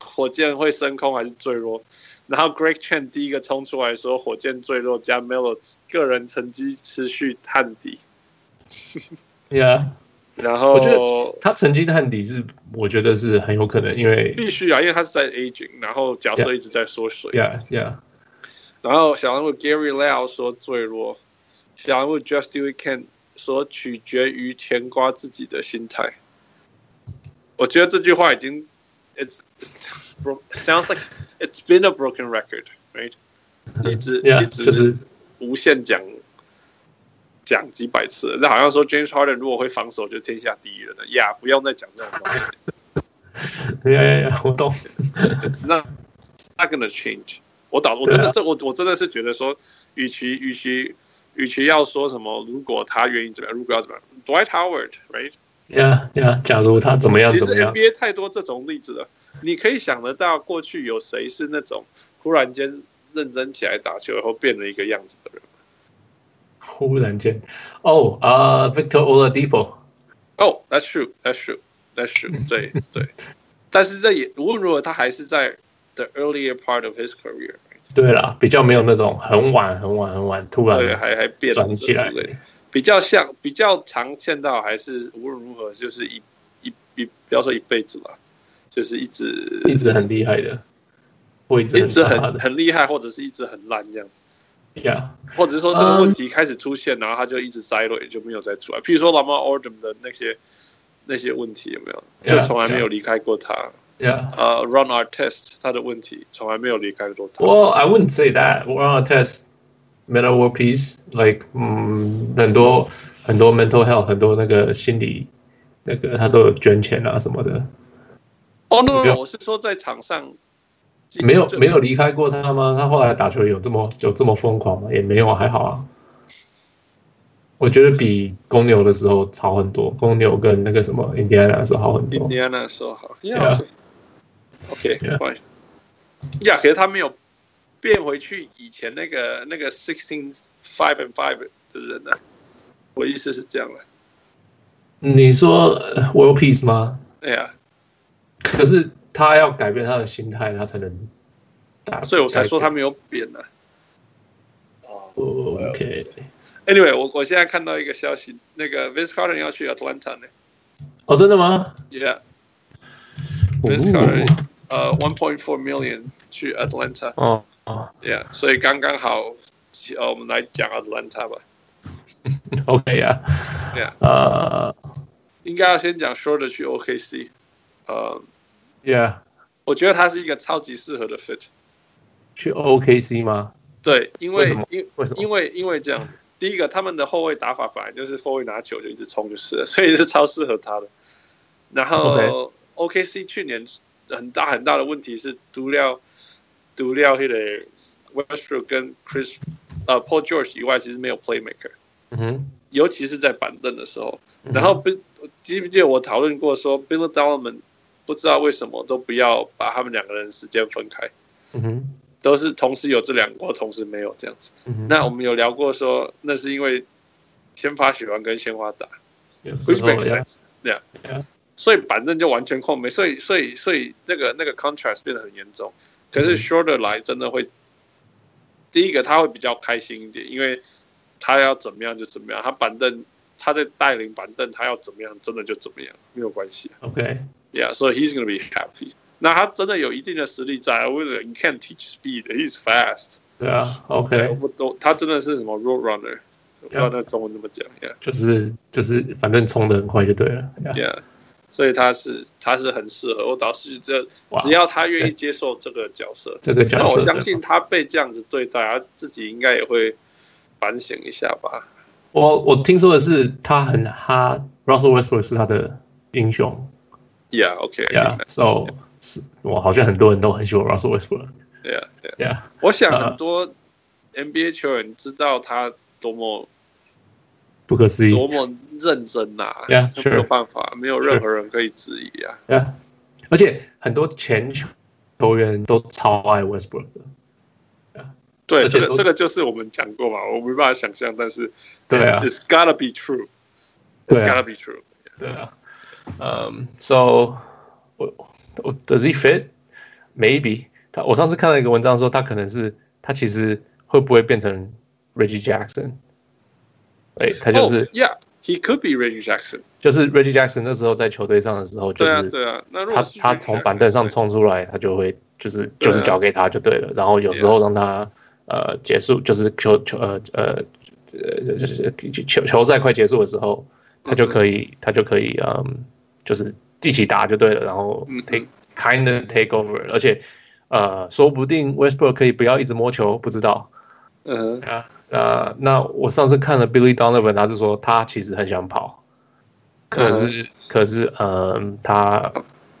Speaker 3: 火箭会升空还是坠落？然后 Greg Chen 第一个冲出来说，火箭坠落加 Melo 个人成绩持续探底。
Speaker 2: Yeah，
Speaker 3: 然
Speaker 2: 我觉
Speaker 3: 后
Speaker 2: 他成绩探底是我觉得是很有可能，因为
Speaker 3: 必须啊，因为他是在 aging，然后角色一直在缩水。
Speaker 2: Yeah Yeah
Speaker 3: 然后小人物 Gary Lau 说坠落，小人物 Just Do It Can 说取决于甜瓜自己的心态。我觉得这句话已经，it's it's bro- sounds like it's been a broken record, right？一直
Speaker 2: Yeah，
Speaker 3: 一直
Speaker 2: 就是
Speaker 3: 无限讲讲几百次了，那好像说 James Harden 如果会防守就天下第一人了呀不用再讲这种东西
Speaker 2: Yeah Yeah Yeah，我懂。
Speaker 3: ，it's not not gonna change。我导我
Speaker 2: 对啊
Speaker 3: 真的这我我真的是觉得说，与其与其与其要说什么，如果他愿意怎么样，如果要怎么样，Dwight Howard，right？
Speaker 2: Yeah Yeah，假如他怎么样
Speaker 3: 其
Speaker 2: 怎
Speaker 3: 实
Speaker 2: 么样
Speaker 3: NBA 太多这种例子了，你可以想得到过去有谁是那种忽然间认真起来打球，然后变了一个样子的人。
Speaker 2: 忽然间哦啊、v i c t o r Oladipo。
Speaker 3: 哦、t h a t s true，That's true，That's true，对 对。但是这也无论如何，他还是在 the earlier part of his career，
Speaker 2: 对啦，比较没有那种很晚很晚很晚突
Speaker 3: 对，
Speaker 2: 然
Speaker 3: 还还变了
Speaker 2: 转
Speaker 3: 这
Speaker 2: 起
Speaker 3: 之
Speaker 2: 来
Speaker 3: 类的。比较像比较常见到，还是无论如何就是一一一不要说一辈子了，就是一直
Speaker 2: 一直很厉害的，或一直
Speaker 3: 一
Speaker 2: 很
Speaker 3: 直
Speaker 2: 差
Speaker 3: 很
Speaker 2: 的
Speaker 3: 很厉害，或者是一直很烂这样子，
Speaker 2: ，Yeah，
Speaker 3: 或者是说这个问题开始出
Speaker 2: 嗯
Speaker 3: 现，然后他就一直栽了，也就没有再出来。譬如说 Lamar Odom 的那些那些问题有没有，就
Speaker 2: Yeah，
Speaker 3: 从来没有离开过他。
Speaker 2: Yeah.
Speaker 3: 呃、r u n Artest 他的问题从来没有离开过他。
Speaker 2: Well, I wouldn't say that. We're on a test. Mental world peace, like 嗯，很多很多 mental health，很多那个心理那个他都有捐钱啊什么的，
Speaker 3: 哦、no，,
Speaker 2: 没
Speaker 3: no
Speaker 2: 有
Speaker 3: 我是说在场上
Speaker 2: 没有
Speaker 3: 就
Speaker 2: 没有离开过他吗？他后来打球有这么有这么疯狂吗？也没有啊，还好啊。我觉得比公牛的时候好很多，公牛跟那个什么 Indiana 的时候好很多。
Speaker 3: Indiana 说好
Speaker 2: Yeah
Speaker 3: ，Yeah，OK，
Speaker 2: Yeah
Speaker 3: fine。Yeah，可是他没有变回去以前那个那个 sixteen five and five 的人呢、我意思是这样的，
Speaker 2: 你说呃 world peace 吗？
Speaker 3: 哎呀，
Speaker 2: 可是他要改变他的心态，他才能打。
Speaker 3: 所以我才说他
Speaker 2: 们。
Speaker 3: 没有变呢、
Speaker 2: OK。
Speaker 3: Anyway，我我现在看到一个消息，那个 Vince Carter 要去 Atlanta 呢
Speaker 2: 哦，真的吗？
Speaker 3: ，Yeah，Vince
Speaker 2: 哦
Speaker 3: Carter 呃 one point four million 去 Atlanta。
Speaker 2: 哦哦
Speaker 3: Yeah，所以刚刚好，呃，我们来讲 Atlanta 吧。
Speaker 2: ，OK 呀
Speaker 3: Yeah，
Speaker 2: 呃
Speaker 3: 应该要先讲 Shorter 去 OKC。呃，
Speaker 2: ，Yeah，
Speaker 3: 我觉得他是一个超级适合的 fit。
Speaker 2: 去 OKC 吗？
Speaker 3: 对，因
Speaker 2: 为
Speaker 3: 为
Speaker 2: 什么
Speaker 3: 因
Speaker 2: 为什么
Speaker 3: 因为因为这样子，第一个他们的后卫打法本来就是后卫拿球就一直冲就是了，所 以是超适合他的。然后 OKC 去年很大很大的问题是独料独料那个 Westbrook 跟 Chris 呃 Paul George 以外，其实没有 playmaker，
Speaker 2: 嗯哼，
Speaker 3: 尤其是在板凳的时候。
Speaker 2: 嗯哼
Speaker 3: 然后不记不记得我讨论过说，Bill d o l m a n 不知道为什么都不要把他们两个人时间分开，
Speaker 2: 嗯哼，
Speaker 3: 都是同时有这两个，同时没有这样子。
Speaker 2: 嗯哼
Speaker 3: 那我们有聊过说，那是因为先发喜欢跟先发打
Speaker 2: 有时
Speaker 3: ，which
Speaker 2: 候
Speaker 3: makes
Speaker 2: 呀
Speaker 3: sense，对啊
Speaker 2: Yeah.。
Speaker 3: 所以板凳就完全空没，所以所以所以那个那个 contrast 变得很严重。可是
Speaker 2: 嗯
Speaker 3: shorter 来真的会，第一个他会比较开心一点，因为他要怎么样就怎么样，他板凳他在带领板凳，他要怎么样真的就怎么样，没有关系。
Speaker 2: ，OK，
Speaker 3: Yeah, so he's going to be happy. 那他真的有一定的实力在，为了 you can't teach speed, he's fast.
Speaker 2: 对啊
Speaker 3: 我
Speaker 2: ，OK，
Speaker 3: 不懂，他真的是什么 road runner，我不知道
Speaker 2: Yeah.
Speaker 3: 那中文怎么讲，Yeah
Speaker 2: 就是就是，反正冲的很快就对啊了。呀
Speaker 3: Yeah，所以他是他是很适合。我倒是这
Speaker 2: 哇
Speaker 3: 只要他愿意接受这个角色，
Speaker 2: 这个角色，
Speaker 3: 那我相信他被这样子对待，他自己应该也会反省一下吧。
Speaker 2: 我我听说的是他很哈，Russell Westbrook 是他的英雄
Speaker 3: Yeah, OK,
Speaker 2: ，Yeah，so 是我好像很多人都很喜欢 Russell Westbrook，Yeah，
Speaker 3: yeah, yeah. 我想很
Speaker 2: 呃
Speaker 3: 多 NBA 球员知道他多么
Speaker 2: 不可思议
Speaker 3: 多么认真呐、
Speaker 2: Yeah,
Speaker 3: 没有
Speaker 2: sure.
Speaker 3: 办法，没有任何人可以质疑啊。
Speaker 2: ，Yeah，而且很多前球球员都超爱 Westbrook 的。
Speaker 3: 对，
Speaker 2: 而
Speaker 3: 这
Speaker 2: 且
Speaker 3: 个
Speaker 2: 都
Speaker 3: 这个就是我们讲过嘛，我没办法想象，但是
Speaker 2: 对啊
Speaker 3: i t s gotta be true.
Speaker 2: 对
Speaker 3: It's
Speaker 2: 啊
Speaker 3: gotta be true.
Speaker 2: 对啊，嗯、s o 我我 does he fit? Maybe 他我上次看了一个文章说他可能是他其实会不会变成 Reggie Jackson？哎，他就是
Speaker 3: Oh, yeah, he could be Reggie Jackson.
Speaker 2: 就是 Reggie Jackson 那时候在球队上的时候，就
Speaker 3: 对啊，
Speaker 2: 是
Speaker 3: 对啊。那如
Speaker 2: 他
Speaker 3: 果是
Speaker 2: 他
Speaker 3: Reggie
Speaker 2: 从
Speaker 3: Jackson，
Speaker 2: 板凳上冲出来，
Speaker 3: 啊
Speaker 2: 他就会就是就是交给他就对了，然后有时候让他呃结束就是球球呃呃呃就是球球赛快结束的时候，他就可以他就可以嗯就是一起打就对了，然后
Speaker 3: 嗯哼
Speaker 2: take kind of take over，而且呃说不定 Westbrook 可以不要一直摸球，不知道
Speaker 3: 对，嗯哼，
Speaker 2: 啊呃那我上次看了 Billy Donovan，他是说他其实很想跑，可是、可是嗯他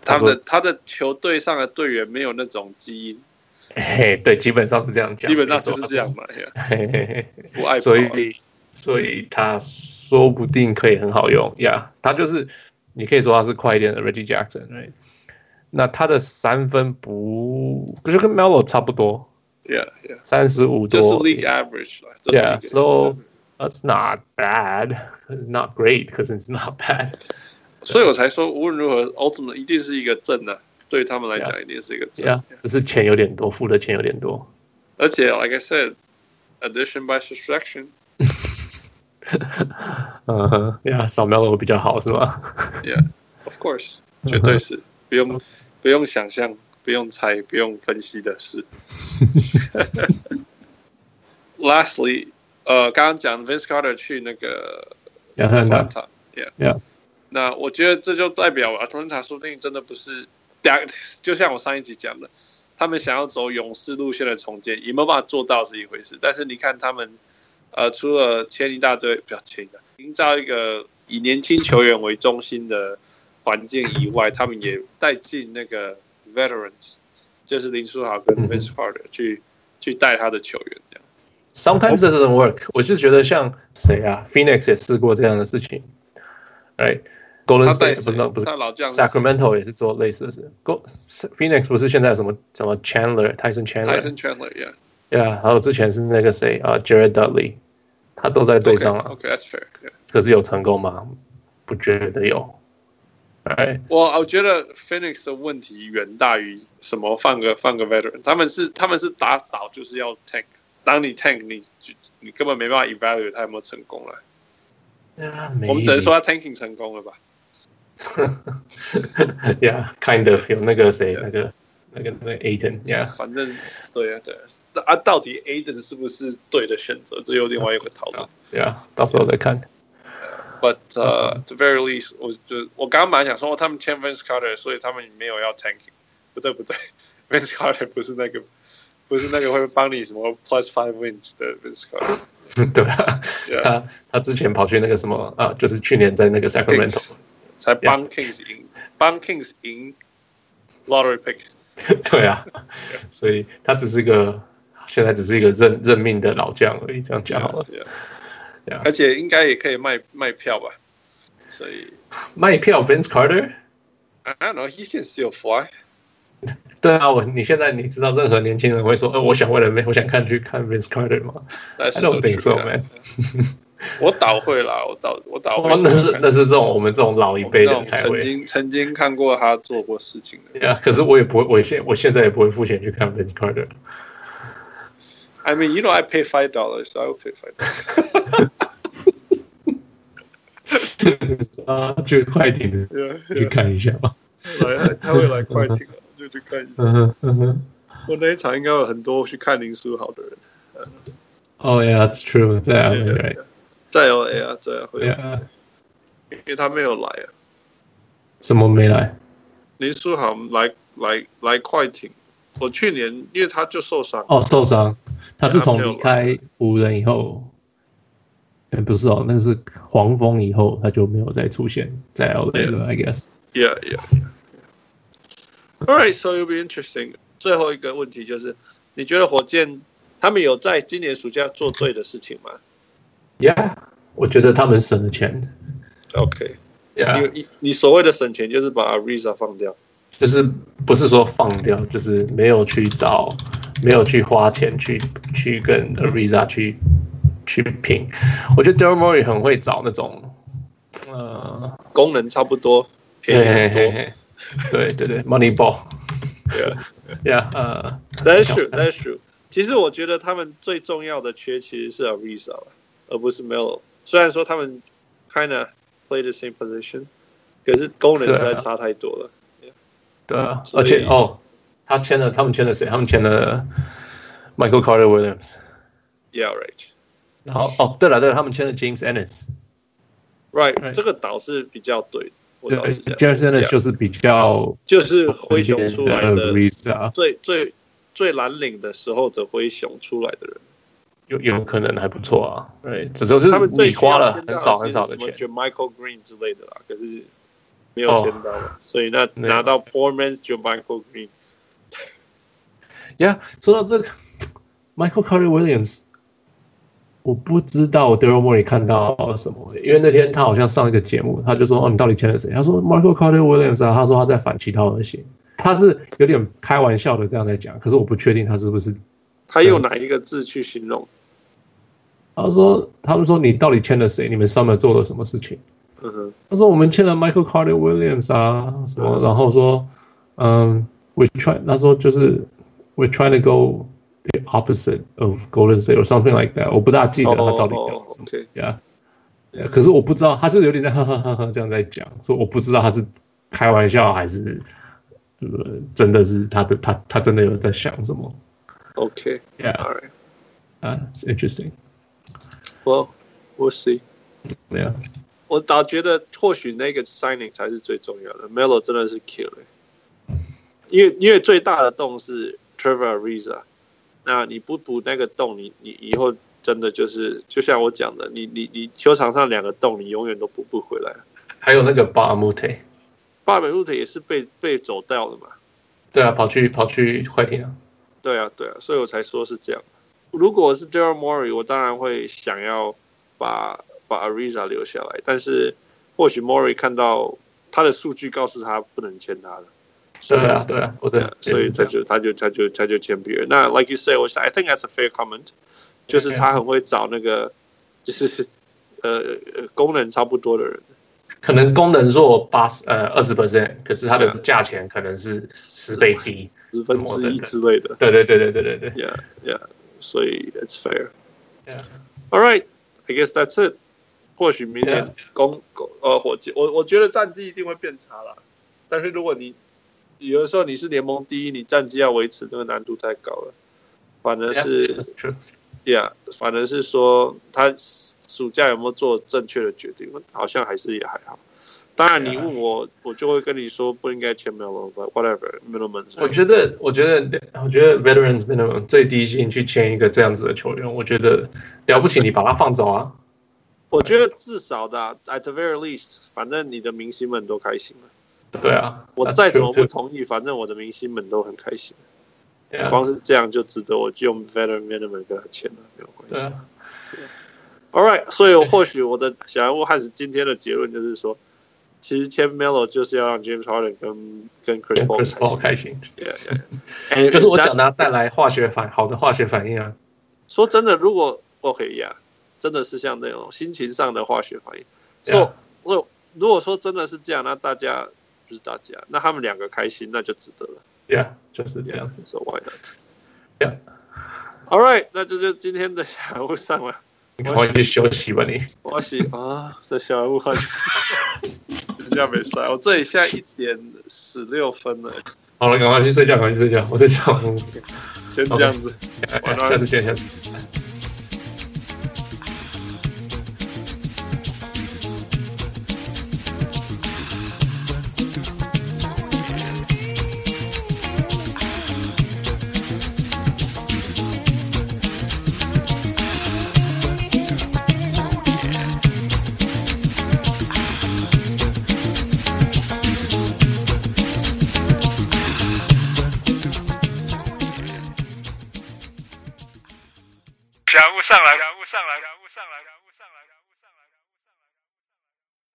Speaker 3: 他
Speaker 2: 说
Speaker 3: 的他的球队上的队员没有那种基因，
Speaker 2: 嘿，对，基本上是这样讲，
Speaker 3: 基本上就是这样嘛，yeah，
Speaker 2: 嘿嘿嘿
Speaker 3: 不爱跑啊。
Speaker 2: 所以，所以他说不定可以很好用呀。Yeah, 他就是，你可以说他是快一点的 Reggie Jackson，、right? 那他的三分不，就跟 Melo 差不多，
Speaker 3: ，yeah yeah，
Speaker 2: 三十五
Speaker 3: 就是
Speaker 2: 多。
Speaker 3: league average 啦。这是
Speaker 2: Yeah,
Speaker 3: league
Speaker 2: so that's not bad. It's not great, 可是 it's not bad.
Speaker 3: 所以我才说，无论如何，Ultimate 一定是一个正的、对他们来讲一定是一个正。
Speaker 2: Yeah，只是钱有点多，付的钱有点多。
Speaker 3: 而且，like I said，addition by subtraction，
Speaker 2: 嗯哼，呀，扫描我比较好是吗？
Speaker 3: Yeah，of course，绝对是不用不用想象，不用猜，不用分析的事。Lastly，呃，刚刚讲 Vince Carter 去那个
Speaker 2: 亚特兰大
Speaker 3: Atlanta，
Speaker 2: ，Yeah，
Speaker 3: 那我觉得这就代表 Atlanta 说不定真的不是， 就像我上一集讲的，他们想要走勇士路线的重建，有没有办法做到是一回事。但是你看他们，呃，除了签一大堆，不要签一大堆，营造一个以年轻球员为中心的环境以外，他们也带进那个 veterans，就是林书豪跟
Speaker 2: 嗯
Speaker 3: Vince Carter 去、去带他的球员这样。
Speaker 2: Sometimes it doesn't work。我是觉得像谁啊，Phoenix 也试过这样的事情，Right？Golden
Speaker 3: 他带
Speaker 2: State 不是那不是
Speaker 3: 他老将是
Speaker 2: Sacramento 也是做类似的事。Go Phoenix 不是现在有什么什么 Chandler、Tyson Chandler，
Speaker 3: Tyson Chandler，yeah，
Speaker 2: yeah，还有之前是那个谁啊，Jared Dudley，他都在队啊上了
Speaker 3: OK，that's、fair，yeah、
Speaker 2: 可是有成功吗？不觉得有。哎，
Speaker 3: 我我觉得 Phoenix 的问题远大于什么放个放个 veteran，他们是他们是打倒就是要 tank，当你 tank 你就你根本没办法 evaluate 他有没有成功了，我们只能 说他 tanking 成功了吧？
Speaker 2: ，Yeah，kind of 有那个谁，那个那个那个 Aiden，Yeah，
Speaker 3: 反正对啊对啊，那啊到底 Aiden 是不是对的选择，这有另外一个讨论。
Speaker 2: Yeah，到时候再看。
Speaker 3: But 呃、at the very least，我就我刚刚本来想说、哦他们签 Vince Carter，所以他们没有要 tanking，不对不对，Vince Carter 不是那个不是那个会帮你什么 plus five wins 的 Vince Carter。
Speaker 2: 对啊，
Speaker 3: Yeah
Speaker 2: 他他之前跑去那个什么啊，就是去年在那个 Sacramento，
Speaker 3: 才帮 Kings 赢，帮 Kings 赢 lottery pick。
Speaker 2: 对啊，所以他只是个现在只是一个任任命的老将而已，这样讲好了。
Speaker 3: Yeah.
Speaker 2: Yeah.
Speaker 3: 而且应该也可以卖卖票吧，所以
Speaker 2: 卖票 Vince Carter。
Speaker 3: I don't know he can still fly。
Speaker 2: 对啊，我你现在你知道任何年轻人会说，呃，我想为了没，我想看去看 Vince Carter 吗
Speaker 3: I
Speaker 2: ？I don't think so, man。
Speaker 3: 我倒会啦，我倒我倒会
Speaker 2: 哦，那 是那
Speaker 3: 是
Speaker 2: 是这种我们这种老一辈
Speaker 3: 那
Speaker 2: 人
Speaker 3: 种
Speaker 2: 才
Speaker 3: 曾
Speaker 2: 会。
Speaker 3: 经曾经看过他做过事情的。
Speaker 2: 对啊，可是我也不会，我现我现在也不会付钱去看 Vince Carter。
Speaker 3: I mean you know I pay five dollars, so I will pay five. dollars.
Speaker 2: 啊，去快艇的
Speaker 3: Yeah,
Speaker 2: 去
Speaker 3: yeah.
Speaker 2: 看一下吧。
Speaker 3: 来他会来快艇，就去看一下。
Speaker 2: 嗯哼嗯哼。
Speaker 3: 我那一场应该有很多去看林书豪的人，
Speaker 2: Oh yeah, that's true. 在 a m Oh, right?
Speaker 3: 在 LA 啊，在 LA，、
Speaker 2: Yeah.
Speaker 3: 因为他没有来啊。
Speaker 2: 什么没来？
Speaker 3: 林书豪来来来快艇，我去年因为他就受伤，
Speaker 2: 哦，受伤。他自从
Speaker 3: 没有
Speaker 2: 离开湖人以后，哎，不是哦，那个是黄蜂以后，他就没有再出现在 LA 了。I guess.
Speaker 3: yeah yeah, yeah. All right, so it'll be interesting. 最后一个问题就是，你觉得火箭他们有在今年暑假做对的事情吗
Speaker 2: Yeah. 我觉得他们省了钱。
Speaker 3: ？OK，
Speaker 2: Yeah.
Speaker 3: 你你你所谓的省钱就是把 Ariza 放掉。
Speaker 2: 就是不是说放掉，就是没有去找，没有去花钱去去跟 Ariza 去去拼。我觉得 d e r m o r y 很会找那种，呃，
Speaker 3: 功能差不多，便宜
Speaker 2: 对
Speaker 3: 很多。
Speaker 2: 对对对，Moneyball。
Speaker 3: 对啊
Speaker 2: 呀，呃，
Speaker 3: That's true, that's true。其实我觉得他们最重要的缺其实是 Ariza，吧而不是 Melo。虽然说他们 kinda play the same position，可是功能
Speaker 2: 对啊
Speaker 3: 实在差太多了。
Speaker 2: 对啊，
Speaker 3: 嗯所
Speaker 2: 而
Speaker 3: 以
Speaker 2: 且哦，他签了，他们签了谁？他们签了 Michael Carter Williams。啊
Speaker 3: Yeah, right,
Speaker 2: 然后哦，对了对了，他们签了 James Ennis。
Speaker 3: right,
Speaker 2: Right
Speaker 3: 这个倒是比较对，我
Speaker 2: 对
Speaker 3: 倒是这样
Speaker 2: ，James Ennis
Speaker 3: Yeah
Speaker 2: 就是比较
Speaker 3: 就是灰熊出来的
Speaker 2: Ariza，
Speaker 3: 最最最蓝领的时候的灰熊出来的人，
Speaker 2: 有有可能还不错啊。对，只是就
Speaker 3: 他们
Speaker 2: 是
Speaker 3: 最
Speaker 2: 你
Speaker 3: 需要
Speaker 2: 花了
Speaker 3: 签到
Speaker 2: 很
Speaker 3: 的
Speaker 2: 少
Speaker 3: 是
Speaker 2: 很少的
Speaker 3: 什么
Speaker 2: 钱。
Speaker 3: j Michael Green 之类的啦，可是没有
Speaker 2: 哦
Speaker 3: 签到嘛，所以那
Speaker 2: 没有
Speaker 3: 拿到 Poor Man's j Michael Green。
Speaker 2: 呀，说到这个 Michael Carter Williams，我不知道 Daryl Morey 看到了什么，因为那天他好像上一个节目，他就说：“哦，你到底签了谁？”他说：“Michael Carter Williams 啊。”他说他在反其道而行，他是有点开玩笑的这样在讲，可是我不确定他是不是。
Speaker 3: 他用哪一个字去形容？
Speaker 2: 他说：“他们说你到底签了谁？你们 Summer 做了什么事情？”
Speaker 3: 嗯哼，
Speaker 2: 他说我们签了 Michael Carter Williams 啊，什么，然后说，嗯，we try，他说就是 we trying to go
Speaker 3: 哦
Speaker 2: the opposite of Golden State or something like that，我不大记得他到底讲了什么。哦
Speaker 3: OK，
Speaker 2: Yeah，呃可是我不知道他是有点在哈哈哈哈这样在讲，说我不知道他是开玩笑还是呃真的是他的他他真的有在想什么
Speaker 3: Okay.
Speaker 2: ？Yeah，
Speaker 3: All right.
Speaker 2: 啊、i n t e r e s t i n g
Speaker 3: Well, we'll see.
Speaker 2: 对啊，
Speaker 3: 我倒觉得或许那个 signing 才是最重要的。Melo 真的是 kill 了、因为因为最大的洞是 Trevor Ariza，那你不补那个洞，你你以后真的就是就像我讲的，你你你球场上两个洞，你永远都补不回来。
Speaker 2: 还有那个巴阿穆特，
Speaker 3: 巴本路特也是被被走掉的嘛，
Speaker 2: 对啊，跑去跑去快艇啊，
Speaker 3: 对啊对啊，所以我才说是这样。如果我是 d a r y l Morey，我当然会想要把把 Ariza 留下来，但是或许 Morey 看到他的数据告诉他不能签他了。
Speaker 2: 对啊对啊，我的，
Speaker 3: 所以他就他就他就他就签别人。那 like you say，我想 I think that's a fair comment，就是他很会找那个就是呃呃功能差不多的人。
Speaker 2: 可能功能做八十呃二十 percent，可是它的
Speaker 3: 对
Speaker 2: 价钱可能是十倍低，
Speaker 3: 十分之一之类的
Speaker 2: 对对对对对对对。
Speaker 3: ，yeah yeah，所以 it's fair。
Speaker 2: Yeah.
Speaker 3: All right，I guess that's it。或许明年
Speaker 2: Yeah.
Speaker 3: 公公呃火箭，我我觉得战绩一定会变差啦。但是如果你有的时候你是联盟第一，你战绩要维持那个难度太高了，反而
Speaker 2: Yeah,
Speaker 3: 是
Speaker 2: that's true.
Speaker 3: Yeah，反正是说他暑假有没有做正确的决定，好像还是也还好。当然，你
Speaker 2: Yeah.
Speaker 3: 问我，我就会跟你说不应该签 Melo，but whatever，Middleman。
Speaker 2: 我觉得，我觉得，我觉得 veterans minimum 最低薪去签一个这样子的球员，我觉得了不起，你把他放走啊。
Speaker 3: 我觉得至少的啊、a t the very least，反正你的明星们都开心了。
Speaker 2: 对啊，
Speaker 3: 我再怎么不
Speaker 2: That's true
Speaker 3: 同意，反正我的明星们都很开心。
Speaker 2: too. Yeah，
Speaker 3: 光是这样就值得我用 Veteran Minimum 跟他签了，没有关系
Speaker 2: 对。啊，
Speaker 3: All right，所以我或许我的小人物汉斯今天的结论就是说，其实签 Melo 就是要让 James Harden 跟跟 Chris
Speaker 2: 对
Speaker 3: Paul 开
Speaker 2: Chris
Speaker 3: 心
Speaker 2: Paul 开心，
Speaker 3: Yeah, yeah. And
Speaker 2: 就是我
Speaker 3: that's-
Speaker 2: 讲的啊带来化学反好的化学反应啊。
Speaker 3: 说真的，如果 OK yeah，真的是像那种心情上的化学反应。
Speaker 2: 对
Speaker 3: So
Speaker 2: 啊
Speaker 3: 我如果说真的是这样，那大家不是大家，那他们两个开心，那就值得了。
Speaker 2: ，Yeah，就是这样子。
Speaker 3: So why not?
Speaker 2: Yeah.
Speaker 3: All right，那这就是今天的小人物上了。
Speaker 2: 你赶快去休息吧，你。
Speaker 3: 我洗啊，这小人物换手，人家没赛，我 这里现在一点十六分了，
Speaker 2: 好了，赶快去睡觉，赶快去睡觉。我在讲，
Speaker 3: 先这样子。晚安
Speaker 2: 下次见，下次见。
Speaker 1: 小人物上来，小人物上来，小人物上来。